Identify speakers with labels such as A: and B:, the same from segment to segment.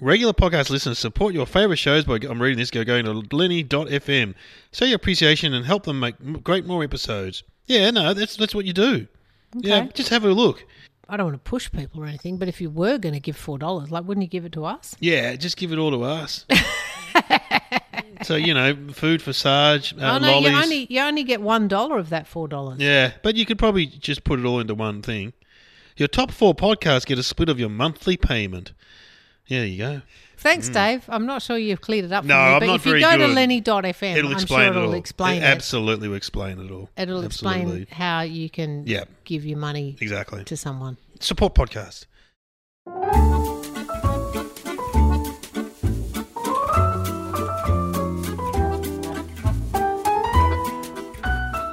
A: Regular podcast listeners support your favorite shows by I'm reading this go going to lenny.fm. Show your appreciation and help them make m- great more episodes. Yeah, no, that's that's what you do. Yeah,
B: Okay.
A: just have a look.
B: I don't want to push people or anything, but if you were going to give four dollars, like, wouldn't you give it to us?
A: Yeah, just give it all to us. so, you know, food for Sarge, uh,
B: oh no,
A: lollies.
B: you only you only get one dollar of that four dollars.
A: Yeah, but you could probably just put it all into one thing. Your top four podcasts get a split of your monthly payment. Yeah, there you go.
B: Thanks, Dave. I'm not sure you've cleared it up.
A: Hmm. No,
B: for me,
A: I'm
B: but
A: not
B: if you
A: very
B: go
A: good.
B: to Lenny.fm,
A: It'll
B: I'm
A: explain
B: sure
A: it all.
B: it'll explain it.
A: Absolutely will explain it all.
B: It'll explain
A: Absolutely.
B: how you can
A: Yeah.
B: give your money
A: Exactly.
B: to someone.
A: Support podcast.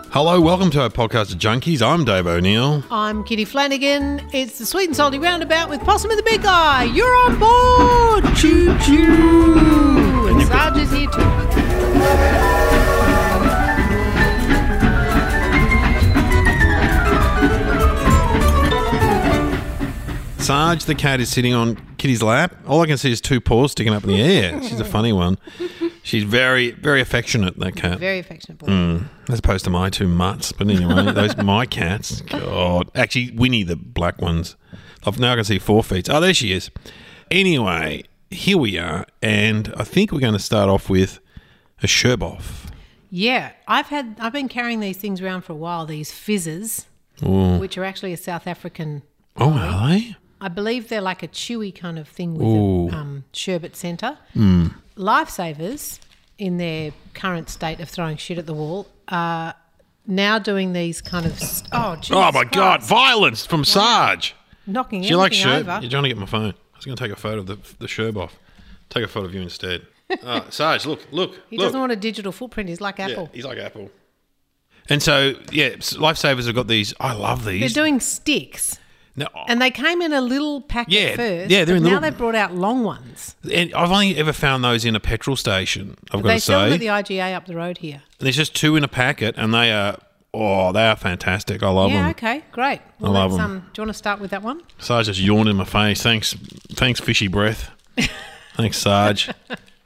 A: Hello, welcome to our podcast of Junkies. I'm Dave O'Neill.
B: I'm Kitty Flanagan. It's the Sweet and Salty Roundabout with Possum and the Big Guy. You're on board! Choo choo! And Sarge is here too.
A: Sarge the cat is sitting on Kitty's lap. All I can see is two paws sticking up in the air. She's a funny one. She's very, very affectionate, that cat.
B: Very affectionate boy.
A: Mm. As opposed to my two mutts. But anyway, those my cats. God. Actually, Winnie, the black ones. I've, now I can see four feet. Oh, there she is. Anyway, here we are. And I think we're going to start off with a Sherboff.
B: Yeah, I've had I've been carrying these things around for a while. These fizzes, which are actually a South African.
A: Oh, are they?
B: I believe they're like a chewy kind of thing
A: Ooh. Hmm.
B: with a um, sherbet centre. Lifesavers, in their current state of throwing shit at the wall, are now doing these kind of st- oh, Jesus
A: Oh, my
B: Christ.
A: God. Violence from Sarge.
B: knocking
A: Do you like
B: everything
A: shirt?
B: over.
A: You're trying to get my phone. I was going to take a photo of the, the Sherb off. Take a photo of you instead. Uh, Sarge, look, look.
B: He
A: look.
B: doesn't want a digital footprint. He's like Apple.
A: Yeah, he's like Apple. And so, yeah, s- Lifesavers have got these. I love
B: They're
A: these.
B: doing sticks,
A: no,
B: and they came in a little packet
A: Yeah,
B: first.
A: yeah, they're
B: but
A: in
B: now
A: little-
B: they brought out long ones.
A: and I've only ever found those in a petrol station. I've got
B: They
A: to
B: sell them
A: say,
B: at the IGA up the road here.
A: And there's just two in a packet, and they are oh, they are fantastic. I love
B: yeah.
A: them.
B: Okay. Great. Well,
A: love
B: that's,
A: 'em.
B: Um, do you want to start with that one?
A: Sarge just yawned in my face. Thanks, thanks, fishy breath. thanks, Sarge.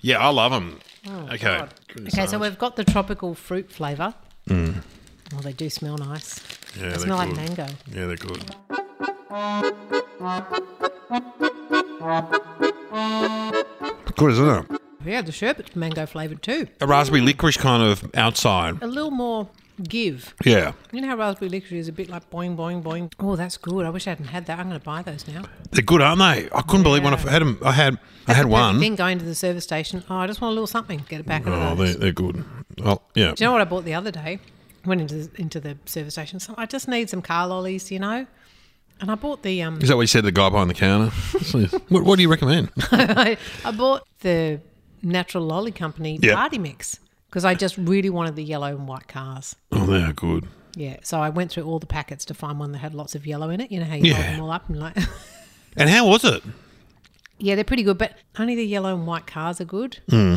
A: Yeah, I love them. okay.
B: Oh, God. Okay. So we've got the tropical fruit flavour. Mm. Well, they do smell nice.
A: yeah,
B: They
A: they're
B: smell like
A: good.
B: mango.
A: Yeah, they're good. Good, isn't it?
B: Yeah, the sherbet's mango flavoured too.
A: A raspberry licorice kind of outside.
B: A little more give.
A: Yeah.
B: You know how raspberry licorice is a bit like boing, boing, boing. Oh, that's good. I wish I hadn't had that. I'm going to buy those now.
A: They're good, aren't they? I couldn't believe when I
B: Yeah.
A: had them. I had, I had
B: Perfect
A: one.
B: Thing going to the service station. Oh, I just want a little something. Get it back.
A: Oh,
B: of
A: they're,
B: those.
A: they're good. Oh, yeah.
B: Do you know what I bought the other day? Went into the, into the service station. So I just need some car lollies, you know. And I bought the um.
A: Is that what you said to the guy behind the counter? what, what do you recommend?
B: I, I bought the Natural Lolly Company
A: Yeah.
B: party mix because I just really wanted the yellow and white cars.
A: Oh, they are good.
B: Yeah, so I went through all the packets to find one that had lots of yellow in it. You know how you
A: Yeah.
B: hold them all up and like,
A: And how was it?
B: yeah, they're pretty good, but only the yellow and white cars are good.
A: Hmm.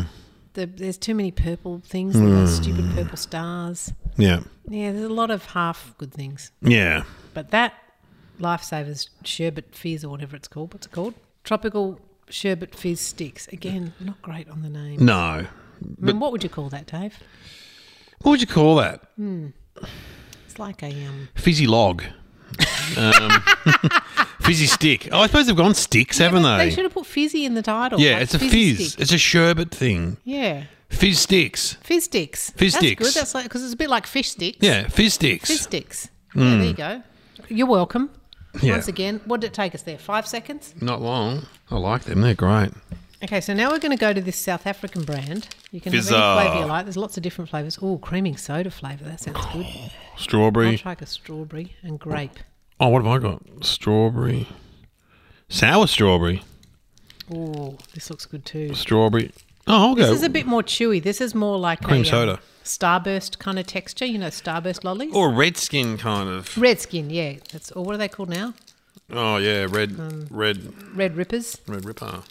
B: The, there's too many purple things, those stupid purple stars.
A: Yeah.
B: Yeah, there's a lot of half good things,
A: Yeah.
B: but that lifesavers sherbet fizz or whatever it's called. What's it called? Tropical sherbet fizz sticks. Again, not great on the name.
A: No.
B: I mean, what would you call that, Dave?
A: What would you call that?
B: It's like a um.
A: Fizzy log. Um, fizzy stick. Oh, I suppose they've gone sticks, haven't
B: They
A: they?
B: should have put fizzy in the title.
A: yeah,
B: like
A: it's a
B: fizzy
A: fizz.
B: stick.
A: It's a sherbet thing.
B: Yeah,
A: Fizz sticks.
B: fizz sticks.
A: Fizz
B: That's
A: sticks.
B: good. That's like because it's a bit like fish sticks.
A: Yeah, fizz sticks.
B: fizz sticks. Yeah, there you go. You're welcome.
A: Hmm. Yeah.
B: Once again, what did it take us there? Five seconds?
A: Not long. I like them. They're great.
B: Okay, so now we're going to go to this South African brand. You can
A: Fizzer.
B: have any flavour you like. There's lots of different flavours. Oh, creaming soda flavour. That sounds good. I'll
A: Strawberry.
B: try like a strawberry and grape.
A: Oh, what have I got? Strawberry. Sour strawberry.
B: Oh, this looks good too.
A: Strawberry. Oh, I'll
B: This
A: go.
B: is a bit more chewy. This is more like
A: Cream
B: a, um,
A: soda.
B: starburst kind of texture. You know, starburst lollies.
A: or Oh, red skin kind of.
B: Red skin, yeah. That's or what are they called now?
A: Oh yeah, red,
B: Uh.
A: red,
B: Red rippers.
A: red ripper.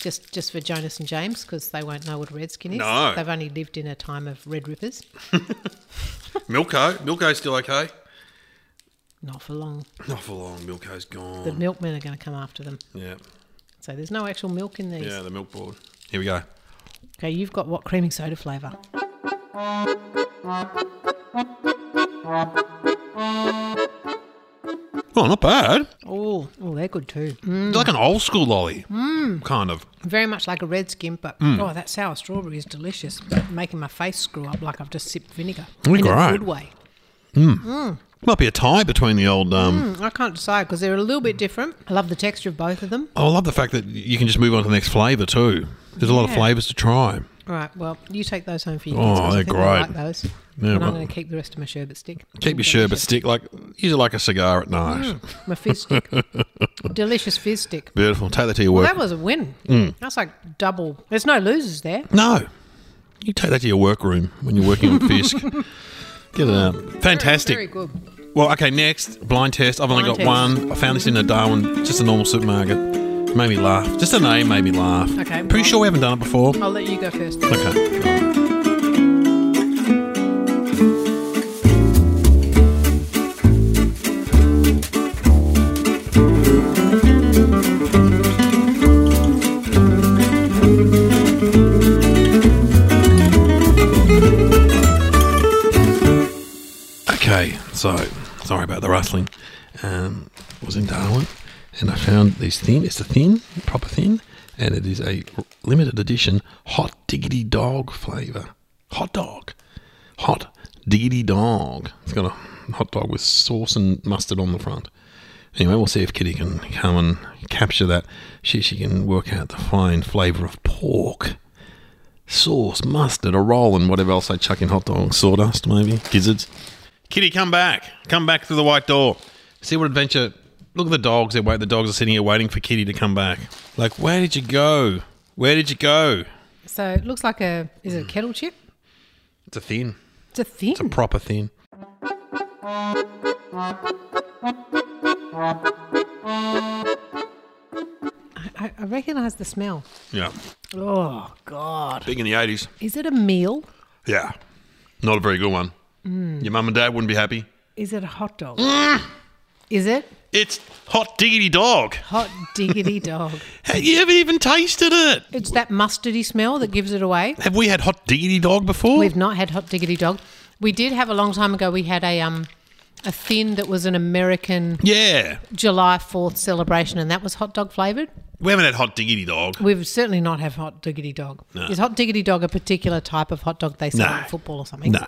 B: Just just for Jonas and James because they won't know what red skin is.
A: No.
B: They've only lived in a time of red rippers.
A: Milko. Milko's still okay.
B: Not for long.
A: Not for long. Milko's gone.
B: The milkmen are going to come after them.
A: yeah,
B: So there's no actual milk in these.
A: yeah. The milk board. Here we go.
B: Okay, you've got what creaming soda flavour?
A: Oh, not bad.
B: Oh, oh, they're good too.
A: It's like an old school lolly,
B: Mm.
A: kind of.
B: Very much like a red skin, but
A: Mm.
B: oh, that sour strawberry is delicious, making my face screw up like I've just sipped vinegar
A: They're
B: in
A: great.
B: a good way.
A: Might be a tie between the old. Um,
B: Mm, I can't decide because they're a little bit different. I love the texture of both of them.
A: I love the fact that you can just move on to the next flavour too. There's a lot of
B: Yeah.
A: flavours to try.
B: All right, well, you take those home for your
A: Oh,
B: kids. 'cause I
A: they're
B: think they
A: great.
B: Like those.
A: Yeah,
B: and
A: well-
B: I'm going to keep the rest of my sherbet stick.
A: Keep your sherbet stick like use it like a cigar at night.
B: My fizz stick. Delicious fizz stick.
A: Beautiful. Take that to your work. Mm.
B: That was a win. That's like double. There's no losers there.
A: No. You take that to your workroom when you're working on Fisk. Get it out. Fantastic.
B: Very, very good.
A: Well, okay, next, blind test. I've only
B: Blind
A: got
B: test.
A: one. I found this in a Darwin, just a normal supermarket. Made me laugh. Just the name made me laugh.
B: Okay,
A: Pretty
B: well- oh.
A: sure we haven't done it before.
B: I'll let you go first.
A: Okay. Okay, so sorry about the rustling. Um, I was in Darwin, and I found this thin. It's a thin, proper thin, and it is a r- limited edition hot diggity dog flavour. Hot dog, hot diggity dog. It's got a hot dog with sauce and mustard on the front. Anyway, we'll see if Kitty can come and capture that. She she can work out the fine flavour of pork sauce, mustard, a roll, and whatever else they chuck in hot dogs. Sawdust, maybe. Gizzards. Kitty, come back. Come back through the white door. See what adventure. Look at the dogs. They're wait. The dogs are sitting here waiting for Kitty to come back. Like, where did you go? Where did you go?
B: So it looks like a is it a kettle chip?
A: It's a thin.
B: It's a thin.
A: It's a proper thin.
B: I, I recognise the smell.
A: Yeah.
B: Oh God!
A: Big in the 80s.
B: Is it a meal?
A: Yeah. Not a very good one. Your mum and dad wouldn't be happy.
B: Is it a hot dog?
A: Mm.
B: Is it
A: It's hot diggity dog.
B: hot diggity dog?
A: Have you ever even tasted it?
B: It's that mustardy smell that gives it away.
A: Have we had hot diggity dog before?
B: We've not had hot diggity dog. We did have a long time ago. We had a um a thin that was an American
A: yeah.
B: July Fourth celebration, and that was hot dog flavored.
A: We haven't had hot diggity dog.
B: We've certainly not have hot diggity dog.
A: No.
B: Is hot diggity dog a particular type of hot dog they sell
A: No.
B: in football or something?
A: No.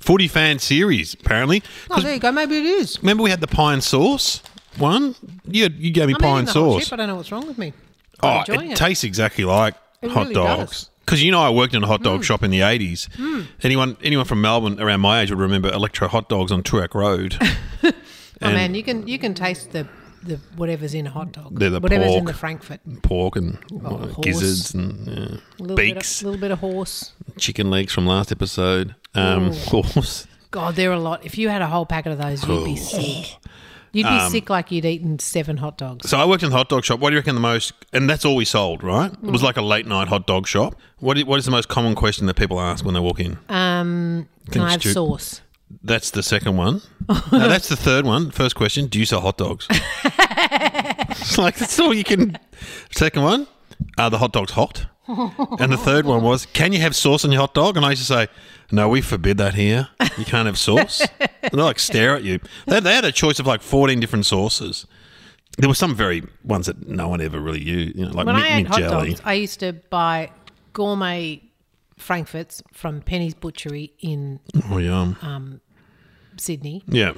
A: Footy fan series, apparently.
B: Oh,
A: 'Cause
B: there you go. Maybe it is.
A: Remember we had the pie and sauce one? You, you gave me
B: I'm
A: pie
B: eating
A: and
B: the whole
A: sauce.
B: chip. I don't know what's wrong with me. I'm
A: Oh,
B: enjoying
A: it,
B: it.
A: tastes exactly like
B: It
A: hot
B: really
A: dogs.
B: does. Mm.
A: Because you know I worked in a hot dog shop in the 80s. Anyone anyone from Melbourne around my age would remember Electro Hot Dogs on Turak Road.
B: oh man, you can you can taste the, the whatever's in a hot dog.
A: They're the
B: whatever's
A: pork,
B: in the Frankfurt. A
A: Pork and
B: Oh,
A: uh,
B: horse.
A: gizzards and yeah,
B: little
A: beaks,
B: bit, a little bit of horse.
A: chicken legs from last episode. Um, horse.
B: God, there are a lot. If you had a whole packet of those, you'd be sick. You'd be
A: Um,
B: sick like you'd eaten seven hot dogs.
A: So I worked in the hot dog shop. What do you reckon the most? And that's all we sold, right? It
B: Mm.
A: was like a late night hot dog shop. What is, what is the most common question that people ask when they walk in?
B: Um, can
A: Think
B: I have
A: Stu-
B: sauce?
A: That's the second one. no, that's the third one. First question: Do you sell hot dogs? it's like that's all you can. Second one: Are the hot dogs hot? And the third one was: Can you have sauce on your hot dog? And I used to say, No, we forbid that here. You can't have sauce. and they like stare at you. They, they had a choice of like fourteen different sauces. There were some very ones that no one ever really used, you know, like
B: When
A: mint,
B: I ate
A: mint
B: hot
A: jelly.
B: dogs, I used to buy gourmet frankfurts from Penny's Butchery in
A: Oh yum!
B: Sydney,
A: yeah,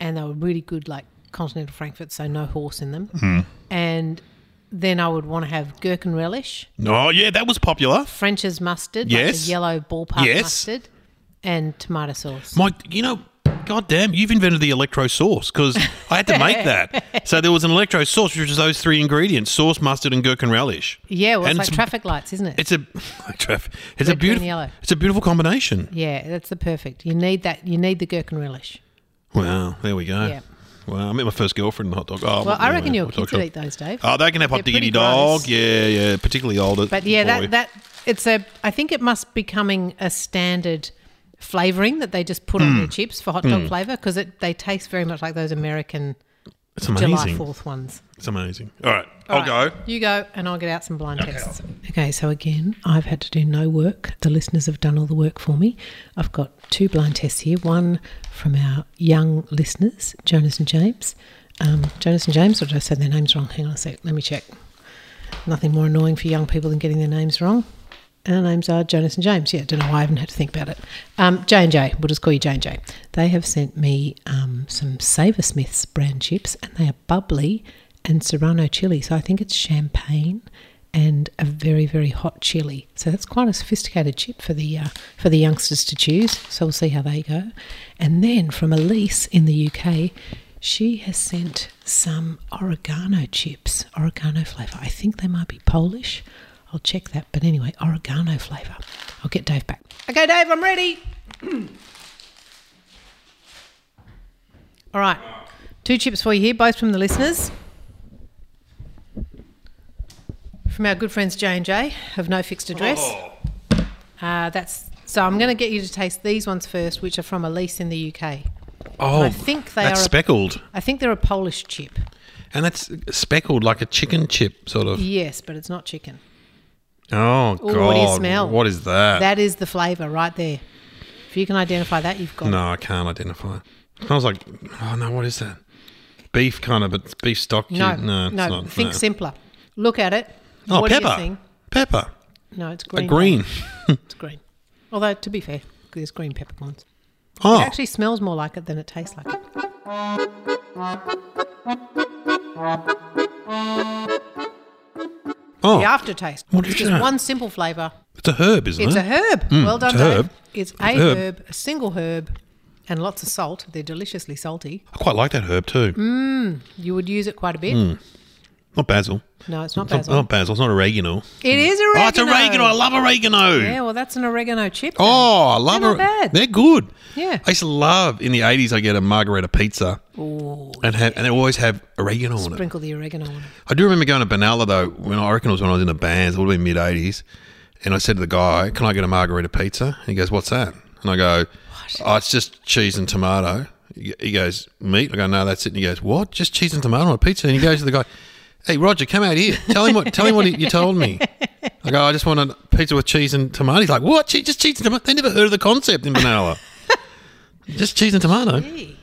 B: and they were really good, like continental frankfurt, so no horse in them.
A: Hmm.
B: And then I would want to have gherkin relish,
A: Oh, yeah, that was popular.
B: French's mustard, like
A: Yes.
B: the yellow ballpark
A: Yes.
B: mustard, and tomato sauce.
A: Mike, you know, goddamn, you've invented the electro sauce because I had to make that. So there was an electro sauce, which was those three ingredients: sauce, mustard, and gherkin relish.
B: yeah, well,
A: and
B: it's like traffic lights, isn't it?
A: It's a traffic. It's a
B: Red, green,
A: beautiful.
B: yellow.
A: It's a beautiful combination.
B: yeah, that's the perfect. You need that. You need the gherkin relish.
A: Wow, there we go.
B: Yeah.
A: Wow, I met my first girlfriend in a hot dog. Oh,
B: Well, I
A: anyway,
B: reckon your
A: hot dog
B: kids would
A: shop.
B: eat those, Dave.
A: Oh, they can have hot
B: They're pretty
A: diggity dog.
B: gross.
A: Yeah, yeah, particularly older.
B: But yeah,
A: boy.
B: that that it's a. I think it must be coming a standard flavoring that they just put on their chips for hot dog flavor because it they taste very much like those American
A: it's amazing.
B: July Fourth ones.
A: It's amazing. All right,
B: All
A: I'll
B: right,
A: go.
B: You go, and I'll get out some blind tests. Okay, so again, I've had to do no work. The listeners have done all the work for me. I've got two blind tests here one from our young listeners, Jonas and James. Um, Jonas and James, or did I say their names wrong? Hang on a sec, let me check. Nothing more annoying for young people than getting their names wrong. Our names are Jonas and James. Yeah, don't know why I haven't had to think about it. Um, J and J, we'll just call you J and J. They have sent me um, some Saver Smiths brand chips, and they are bubbly and serrano chili. So I think it's champagne and a very very hot chili. So that's quite a sophisticated chip for the uh, for the youngsters to choose. So we'll see how they go. And then from Elise in the UK, she has sent some oregano chips, oregano flavour. I think they might be Polish. I'll check that. But anyway, oregano flavour. I'll get Dave back. Okay, Dave, I'm ready. All right. Two chips for you here, both from the listeners. From our good friends J and J of No Fixed Address. Uh, that's so. I'm going to get you to taste these ones first, which are from Elise in the UK.
A: Oh,
B: I think they
A: that's
B: are a-
A: speckled,
B: I think they're a Polish chip.
A: and that's speckled like a chicken chip sort of.
B: Yes, but it's not chicken.
A: Oh
B: Ooh,
A: god,
B: what do you smell?
A: What is that?
B: That is the flavour right there. If you can identify that, you've got. it.
A: No, I can't identify. it. I was like, oh no, what is that? Beef kind of, but it's beef stock.
B: No,
A: cube. no, it's not.
B: think
A: no.
B: simpler. Look at it.
A: Oh,
B: What do you
A: pepper.
B: think?
A: Pepper.
B: No, it's green.
A: A green.
B: It's green. Although, to be fair, there's green peppercorns.
A: Oh,
B: It actually smells more like it than it tastes like it.
A: oh,
B: The aftertaste.
A: What
B: it's
A: is
B: just
A: that?
B: one simple flavour.
A: it's a herb, isn't
B: It's
A: it?
B: a herb. well done,
A: it's a
B: Dave.
A: herb.
B: It's a
A: a herb.
B: herb. a single herb, and lots of salt. They're deliciously salty.
A: I quite like that herb too.
B: Mm. You would use it quite a bit.
A: Hmm. Not basil.
B: No, it's not
A: It's not-
B: basil.
A: Not basil. It's not oregano.
B: It is oregano.
A: Oh, it's oregano. I love oregano.
B: Yeah, well, that's an oregano chip. Dave.
A: Oh, I love
B: They're
A: it.
B: not bad.
A: They're good.
B: Yeah.
A: I used to love in the eighties. I get a margarita pizza, and have, and they always have oregano on it.
B: Sprinkle the oregano on it.
A: I do remember going to Benalla though. When I reckon it was when I was in the bands, it would have been mid '80s, and I said to the guy, "Can I get a margarita pizza?" And he goes, "What's that?" And I go, "Oh, it's just cheese and tomato." He he goes, "Meat?" I go, "No, that's it." And he goes, "What? Just cheese and tomato on a pizza?" And he goes to the guy, "Hey, Roger, come out here. Tell him what. tell him what you told me." I go, "I just want a pizza with cheese and tomato." He's like, "What? Che- Just cheese and tomato?" They never heard of the concept in Benalla. just cheese and tomato.
B: Gee.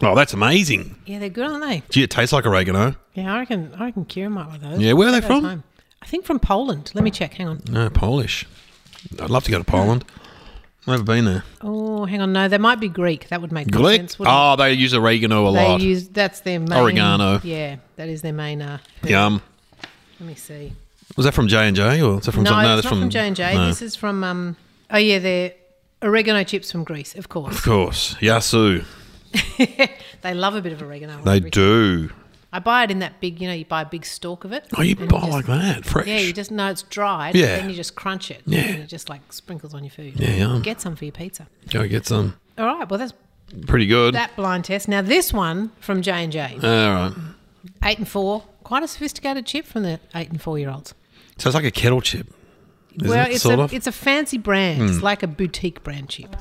A: Oh, that's amazing.
B: Yeah, they're good, aren't they?
A: Gee, it tastes like oregano.
B: Yeah, I reckon I reckon Kira might like those.
A: Yeah, where are they
B: Those
A: from?
B: home. I think from Poland. Let me check. Hang on.
A: No, Polish. I'd love to go to Poland. Never been there.
B: Oh, hang on. No, they might be Greek. That would make more
A: Glick.
B: sense. Wouldn't
A: Oh, they use oregano a
B: it? they
A: lot.
B: use that's their main
A: Oregano.
B: Yeah, that is their main. Uh, herb.
A: Yum.
B: Let me see.
A: Was that from J and J or is that from
B: No,
A: some-
B: it's
A: that's
B: not from J and J.
A: no.
B: This is from. Um, oh yeah, they're oregano chips from Greece, of course.
A: Of course, Yasu.
B: They love a bit of oregano.
A: They
B: on everything.
A: do.
B: I buy it in that big. You know, you buy a big stalk of it.
A: Oh, you
B: and
A: buy
B: just-
A: like that fresh?
B: Yeah, you just know it's dried.
A: Yeah.
B: Yeah. Then you just crunch it.
A: Yeah.
B: And it just like sprinkles on your food.
A: Yeah, yum.
B: Get some for your pizza.
A: Go get some.
B: All right. Well, that's
A: Pretty good.
B: that blind test. Now this one from J and J,
A: All right.
B: eight and four. Quite a sophisticated chip from the eight and four year olds.
A: So it's like a kettle chip. Isn't
B: well,
A: it,
B: it's
A: sort
B: a
A: of? Hmm.
B: it's a fancy brand. It's like a boutique brand chip.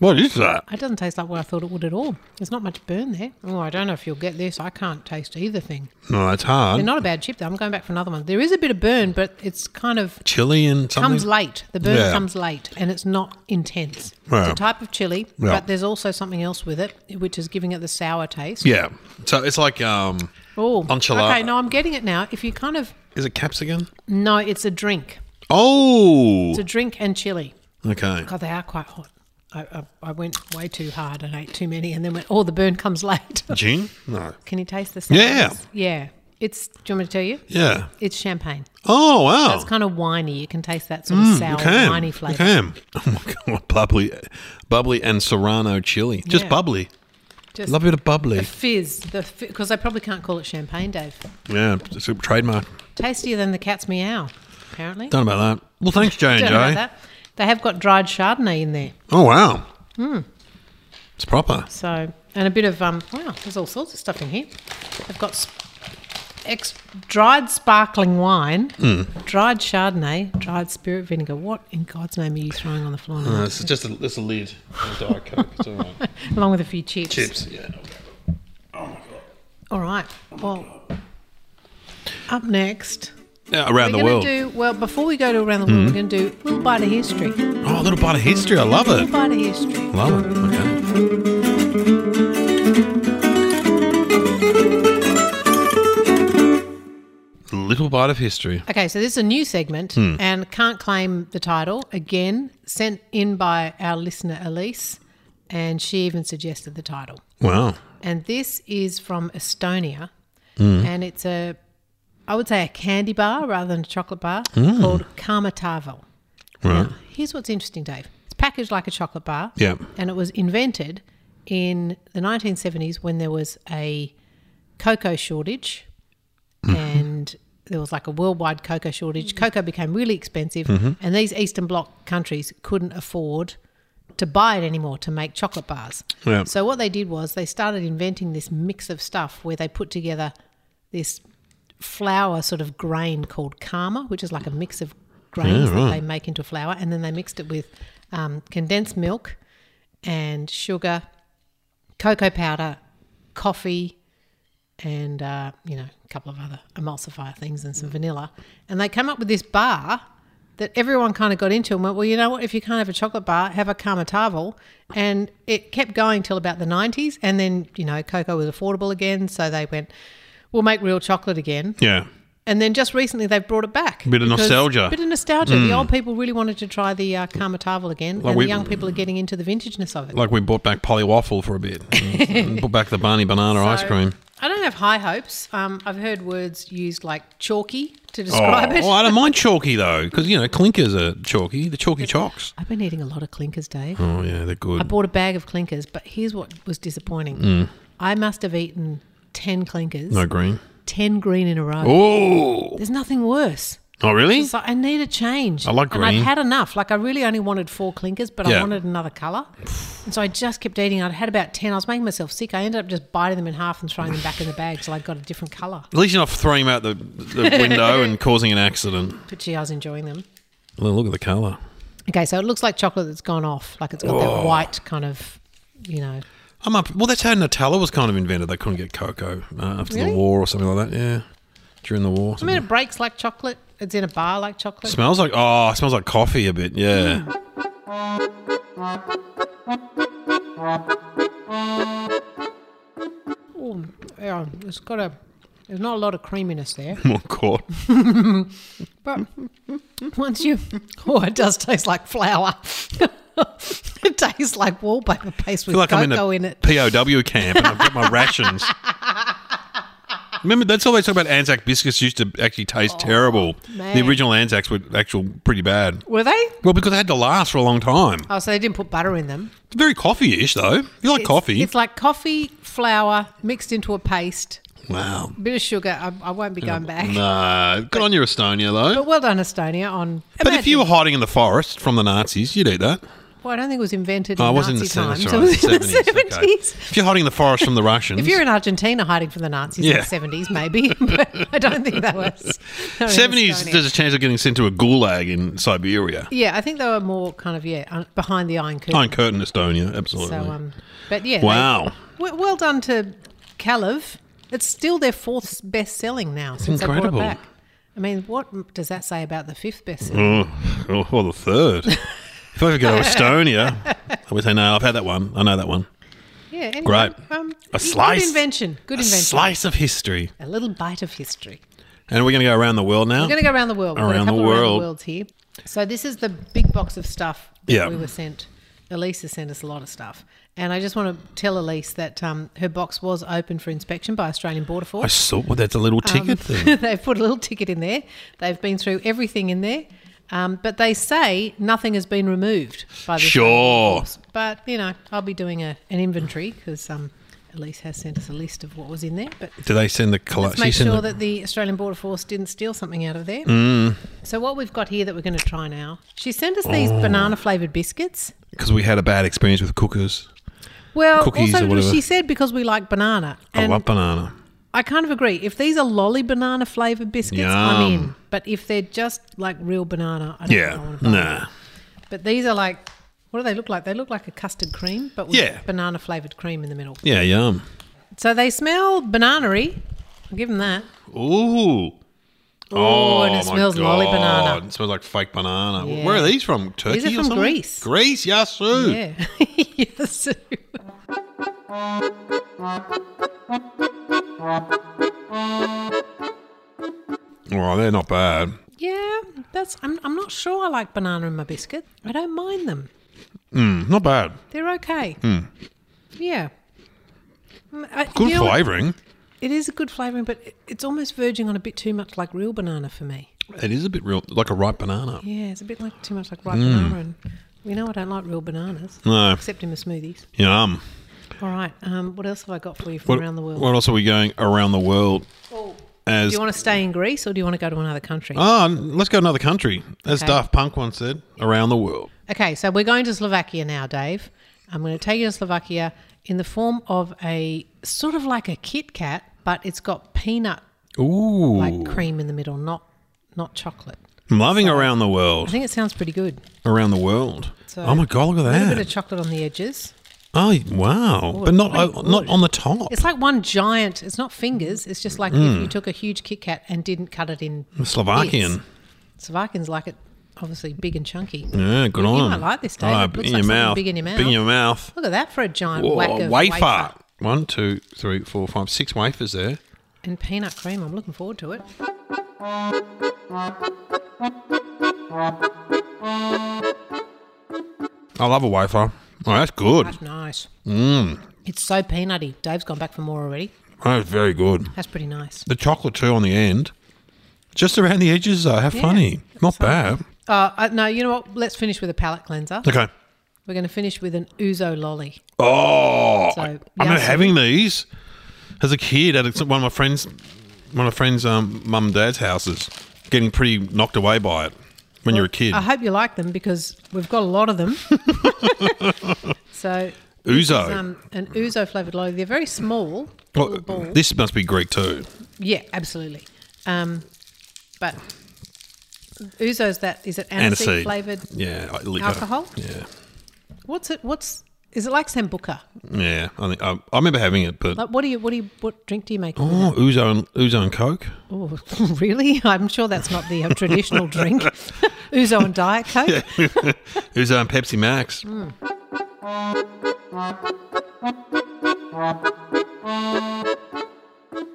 A: What is that?
B: It doesn't taste like what I thought it would at all. There's not much burn there. Oh, I don't know if you'll get this. I can't taste either thing.
A: No, it's hard.
B: They're not a bad chip though. I'm going back for another one. There is a bit of burn, but it's kind of
A: Chili and something.
B: comes late. The burn
A: Yeah.
B: comes late, and it's not intense.
A: Wow.
B: It's a type of chili,
A: Yeah.
B: but there's also something else with it, which is giving it the sour taste.
A: yeah. So it's like um.
B: Oh,
A: Enchilada.
B: Okay, no, I'm getting it now. If you kind of
A: Is it capsicum?
B: no, it's a drink.
A: Oh.
B: It's a drink and chili.
A: Okay.
B: God, they are quite hot. I, I, I went way too hard and ate too many, and then went, oh, the burn comes late.
A: Gin? No.
B: Can you taste the
A: Yeah.
B: citrus? Yeah. It's, do you want me to tell you?
A: Yeah.
B: It's champagne.
A: Oh, Mm, wow.
B: It's kind of winey. You can taste that sort of sour,
A: Okay.
B: winey flavour.
A: Okay. Oh my god, bubbly, bubbly, and serrano chili. Just
B: Yeah.
A: bubbly.
B: Just
A: Love a bit of bubbly.
B: fizz. The Because I probably can't call it champagne, Dave.
A: Yeah, it's a trademark.
B: Tastier than the cat's meow, apparently.
A: Don't know about that. Well, thanks, J
B: Don't know about
A: and J.
B: that. They have got dried Chardonnay in there.
A: Oh wow.
B: Hmm.
A: It's proper.
B: So, and a bit of, um, wow, there's all sorts of stuff in here. They've got sp- ex- dried sparkling wine,
A: Hmm.
B: dried Chardonnay, dried spirit vinegar. What in God's name are you throwing on the floor now?
A: Uh, this is just a, this is a lid. A diet coke. It's all right.
B: Along with a few chips.
A: Chips. Yeah.
B: All right. Well, up next,
A: Yeah, around the
B: we're going
A: world. Hmm.
B: to do, well, before we go to around the world, we're going to do a little bite of history. A
A: oh, a little bite of history. I love
B: little
A: it.
B: bite of history.
A: Love it. Okay. Little bite of history.
B: Okay, so this is a new segment
A: Hmm.
B: and can't claim the title. Again, sent in by our listener Elise, and she even suggested the title.
A: Wow.
B: And this is from Estonia,
A: Hmm.
B: and it's a, I would say a candy bar rather than a chocolate bar called Karmatavo.
A: Hmm. Right.
B: Now, here's what's interesting, Dave. It's packaged like a chocolate bar.
A: Yeah.
B: And it was invented in the 1970s when there was a cocoa shortage
A: Mm-hmm.
B: and there was like a worldwide cocoa shortage. Cocoa became really expensive,
A: Mm-hmm.
B: and these Eastern Bloc countries couldn't afford to buy it anymore to make chocolate bars.
A: Yeah.
B: So, what they did was they started inventing this mix of stuff where they put together this flour sort of grain called karma, which is like a mix of grains
A: Yeah, right.
B: that they make into flour, and then they mixed it with um, condensed milk and sugar, cocoa powder, coffee, and uh, you know a couple of other emulsifier things and some vanilla. And they come up with this bar that everyone kind of got into and went, well, you know what? If you can't have a chocolate bar, have a Karmatavo. And it kept going till about the 90s, and then you know cocoa was affordable again, so they went. We'll make real chocolate again.
A: Yeah.
B: And then just recently they've brought it back.
A: Bit of
B: because-
A: nostalgia. Hmm.
B: Bit of nostalgia. The old people really wanted to try the uh, Karmataval again, and
A: we-
B: the young people are getting into the vintageness of it.
A: Like we brought back Polly Waffle for a bit. Mm, brought back the Barney Banana ice cream.
B: I don't have high hopes. Um, I've heard words used like chalky to describe
A: oh,
B: it.
A: oh, I don't mind chalky though, because you know clinkers are chalky. The chalky chocks.
B: I've been eating a lot of clinkers, Dave.
A: Oh yeah, they're
B: I
A: good.
B: bought a bag of clinkers, but here's what was disappointing. I must have eaten 10 clinkers,
A: Mm. No green.
B: 10 green in a row.
A: Oh,
B: There's nothing worse.
A: oh really?
B: It's like, I need a change.
A: I like
B: And
A: green.
B: I've had enough. Like I really only wanted four clinkers, but I
A: Yeah.
B: wanted another colour. And so I just kept eating. I'd had about ten. I was making myself sick. I ended up just biting them in half and throwing them back in the bag till I got a different colour.
A: At least you're not throwing them out the, the window and causing an accident.
B: But gee, I was enjoying them.
A: Well, look at the colour.
B: Okay, so it looks like chocolate that's gone off. Like it's got that white kind of, you know.
A: I'm up. Well, that's how Nutella was kind of invented. They couldn't get cocoa uh, after
B: Really?
A: the war or something like that. Yeah, during the war.
B: I mean, it breaks like chocolate. It's in a bar like chocolate.
A: Smells like oh, it smells like coffee a bit. Yeah.
B: Ooh, yeah, it's got a. There's not a lot of creaminess there,
A: Oh god.
B: but once you, oh, it does taste like flour. it tastes like wallpaper paste with
A: feel like I'm in
B: cocoa
A: a
B: in, it.
A: POW camp and I've got my rations. Remember, that's all they talk about. Anzac biscuits used to actually taste terrible.
B: Oh, man.
A: The original Anzacs were actual pretty bad.
B: Were they?
A: Well, because they had to last for a long time.
B: Oh, so they didn't put butter in them.
A: It's very coffee-ish, though. You like
B: It's-
A: coffee?
B: It's like coffee flour mixed into a paste,
A: wow.
B: bit of sugar. I, I won't be going back.
A: Nah, good on your Estonia though.
B: But well done, Estonia. On
A: But if you were hiding in the forest from the Nazis, you'd eat that.
B: Well, I don't think it was invented
A: Oh, I
B: in
A: was
B: Nazi
A: in the
B: times.
A: seventies.
B: It was in the 70s.
A: Okay. If you're hiding in the forest from the Russians,
B: If you're in Argentina hiding from the Nazis
A: Yeah.
B: in the 70s, maybe, but I don't think that was. they were in
A: 70s,
B: Estonia.
A: there's a chance of getting sent to a gulag in Siberia.
B: Yeah, I think they were more kind of, yeah, un- behind the Iron Curtain.
A: Iron Curtain, Estonia, absolutely.
B: So, um, but yeah. they-
A: wow.
B: well, well done to Kalev. It's still their fourth best selling now since
A: incredible.
B: they brought it back. I mean, what does that say about the fifth best selling?
A: Oh, oh, well, the third. if I ever go to Estonia, I would say, no, I've had that one. I know that one.
B: Yeah, anyway,
A: Mm. Great.
B: Um,
A: A slice.
B: Good invention. Good
A: a
B: invention.
A: slice of history.
B: A little bite of history.
A: And we're going to go around the world now.
B: We're going to go around the world. We've got a
A: Around the
B: couple around the
A: world.
B: worlds here. So this is the big box of stuff that
A: Yeah.
B: we were sent. Elise has sent us a lot of stuff, and I just want to tell Elise that um, her box was open for inspection by Australian Border
A: I
B: Force.
A: saw well, that's a little
B: Um,
A: ticket thing.
B: They've put a little ticket in there. They've been through everything in there, um, but they say nothing has been removed by the Australian Border
A: Sure.
B: Force. But you know, I'll be doing a, an inventory because um, Elise has sent us a list of what was in there. But
A: Do they send the
B: Let's
A: collect?
B: make
A: send
B: sure
A: the,
B: that the Australian Border Force didn't steal something out of there.
A: Mm.
B: So what we've got here that we're going to try now, she sent us
A: Oh.
B: these banana flavored biscuits.
A: because we had a bad experience with cookers.
B: Well,
A: Cookies or
B: also
A: whatever. Oh,
B: she said because we like banana,
A: I
B: and
A: love banana.
B: I kind of agree. If these are lolly banana flavored biscuits, I'm in.
A: Yum.
B: But if they're just like real banana, I don't know. I
A: Yeah,
B: wanna buy them.
A: nah.
B: But these are like, what do they look like? They look like a custard cream, but with
A: Yeah.
B: banana flavored cream in the middle.
A: Yeah, yum.
B: So they smell bananery. I'll give them that.
A: Ooh.
B: Oh, and it
A: my
B: smells lolly banana.
A: It smells like fake banana.
B: Yeah.
A: Where are these from? Turkey
B: These are
A: or
B: from
A: something?
B: Greece.
A: Greece, Yasu.
B: Yeah. yes.
A: Oh, they're not bad.
B: Yeah, that's. I'm, I'm not sure I like banana in my biscuit. I don't mind them.
A: Mm, not bad.
B: They're okay. Yeah. Mm, I-
A: Hmm. Good
B: you know,
A: flavouring.
B: It is a good flavouring, but it- it's almost verging on a bit too much like real banana for me.
A: It is a bit real, like a ripe banana.
B: Yeah, it's a bit like too much like
A: Hmm.
B: ripe banana, and we know I don't like real bananas
A: No,
B: except in the smoothies.
A: yum.
B: All right. Um, what else have I got for you from
A: What,
B: around the world?
A: what else are we going around the world
B: Oh, do
A: as?
B: you want to stay in Greece or do you want to go to another country?
A: Ah, let's go to another country. As
B: Okay.
A: Daft Punk once said, around the world.
B: Okay, so we're going to Slovakia now, Dave. I'm going to take you to Slovakia in the form of a sort of like a Kit Kat, but it's got peanut
A: Ooh,
B: like cream in the middle, not not chocolate.
A: I'm loving around the
B: I
A: world.
B: think it sounds pretty good.
A: Around the world.
B: So,
A: oh my god, look
B: A little
A: at
B: bit of
A: that!
B: chocolate on the edges.
A: oh wow, but not
B: pretty
A: oh, not
B: good.
A: on the top.
B: It's like one giant. It's not fingers. It's just like if you took a huge Kit Kat and didn't cut it in.
A: Mm. Slovakian.
B: bits. Slovakians like it, obviously big and chunky.
A: Yeah, good on
B: You
A: them.
B: might like this, Dave.
A: Oh,
B: It looks
A: in
B: like
A: your
B: something
A: mouth.
B: big in your mouth.
A: Big in your mouth.
B: Look at that for a giant
A: Whoa,
B: whack
A: a
B: of
A: wafer.
B: wafer
A: One, two, three, four, five, six wafers there.
B: and peanut cream. I'm looking forward to it.
A: I love a wafer. Oh, that's good.
B: That's nice. Mm. It's so peanutty. Dave's gone back for more already.
A: That's very good.
B: That's pretty nice.
A: The chocolate too on the end. Just around the edges though. How funny. Not bad.
B: Uh, uh, no, you know what? Let's finish with a palate cleanser.
A: Okay.
B: We're going to finish with an Uzo lolly.
A: Oh,
B: So,
A: I, I
B: yeah,
A: remember
B: so-
A: having these as a kid at one of my friends, one of my friends' um, mum and dad's houses, getting pretty knocked away by it when you're a kid.
B: I hope you like them because we've got a lot of them. so,
A: Uzo.
B: um, an Uzo flavored lolly. They're very small.
A: Well,
B: little ball.
A: this must be Greek too.
B: Yeah, absolutely. Um, but Uzo's that is it aniseed,
A: Aniseed.
B: flavored?
A: Yeah, I- liquor.
B: Alcohol?
A: Yeah,
B: What's it? What's is it like sambuca?
A: yeah. I, think, I, I remember having it, but
B: Like what do you what do you what drink do you make? it with?
A: oh, ouzo and ouzo and coke.
B: Oh, really? I'm sure that's not the um, traditional drink. Uzo and Diet Coke.
A: Ouzo and Pepsi Max.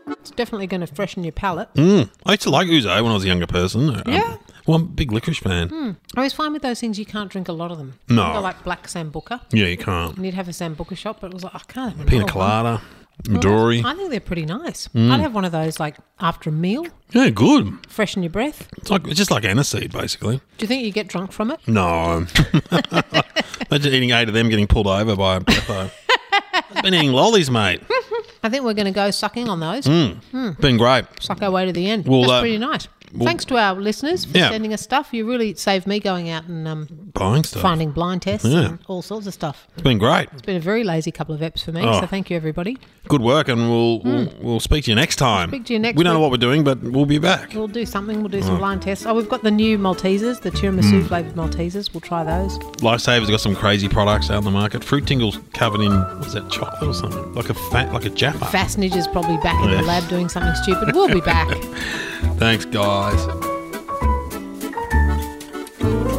B: It's definitely going to freshen your palate.
A: Mm. I used to like ouzo when I was a younger person. Um,
B: Yeah. Hmm.
A: well, I'm a big licorice fan.
B: I always find with those things you can't drink a lot of them.
A: No.
B: I've got, like black sambuca.
A: Yeah, you can't.
B: And you'd have a sambuca shop, but it was like I can't have
A: Pina
B: another one.
A: colada, Mm. Midori.
B: I think they're pretty nice. I'd have one of those like after a meal,
A: Yeah, good.
B: freshen your breath.
A: It's like it's just like aniseed, basically.
B: Do you think you get drunk from it?
A: No, imagine eating eight of them, getting pulled over by a breatho. I've been eating lollies, mate.
B: I think we're going to go sucking on those, Hmm.
A: Been great.
B: suck our way to the end.
A: Mm. Well,
B: That's
A: uh,
B: pretty nice. Thanks to our listeners for
A: Yeah.
B: sending us stuff. You really saved me going out and um,
A: Buying stuff.
B: finding blind tests
A: Yeah.
B: and all sorts of stuff.
A: It's been great.
B: It's been a very lazy couple of eps for me,
A: Oh.
B: so thank you, everybody.
A: Good work, and we'll we'll, we'll speak to you next time.
B: Hmm. Speak to you next
A: We don't know
B: week.
A: what we're doing, but we'll be back.
B: We'll do something. We'll do some blind tests. Oh, we've got the new Maltesers, the tiramisu flavored Maltesers. We'll try those.
A: Lifesavers got some crazy products out on the market. Fruit tingles covered in what's that chocolate or something? Like a fat, like a jaffa.
B: Fastnage is probably back in the
A: Yeah.
B: lab doing something stupid. We'll be back.
A: Thanks, guys.
C: Thank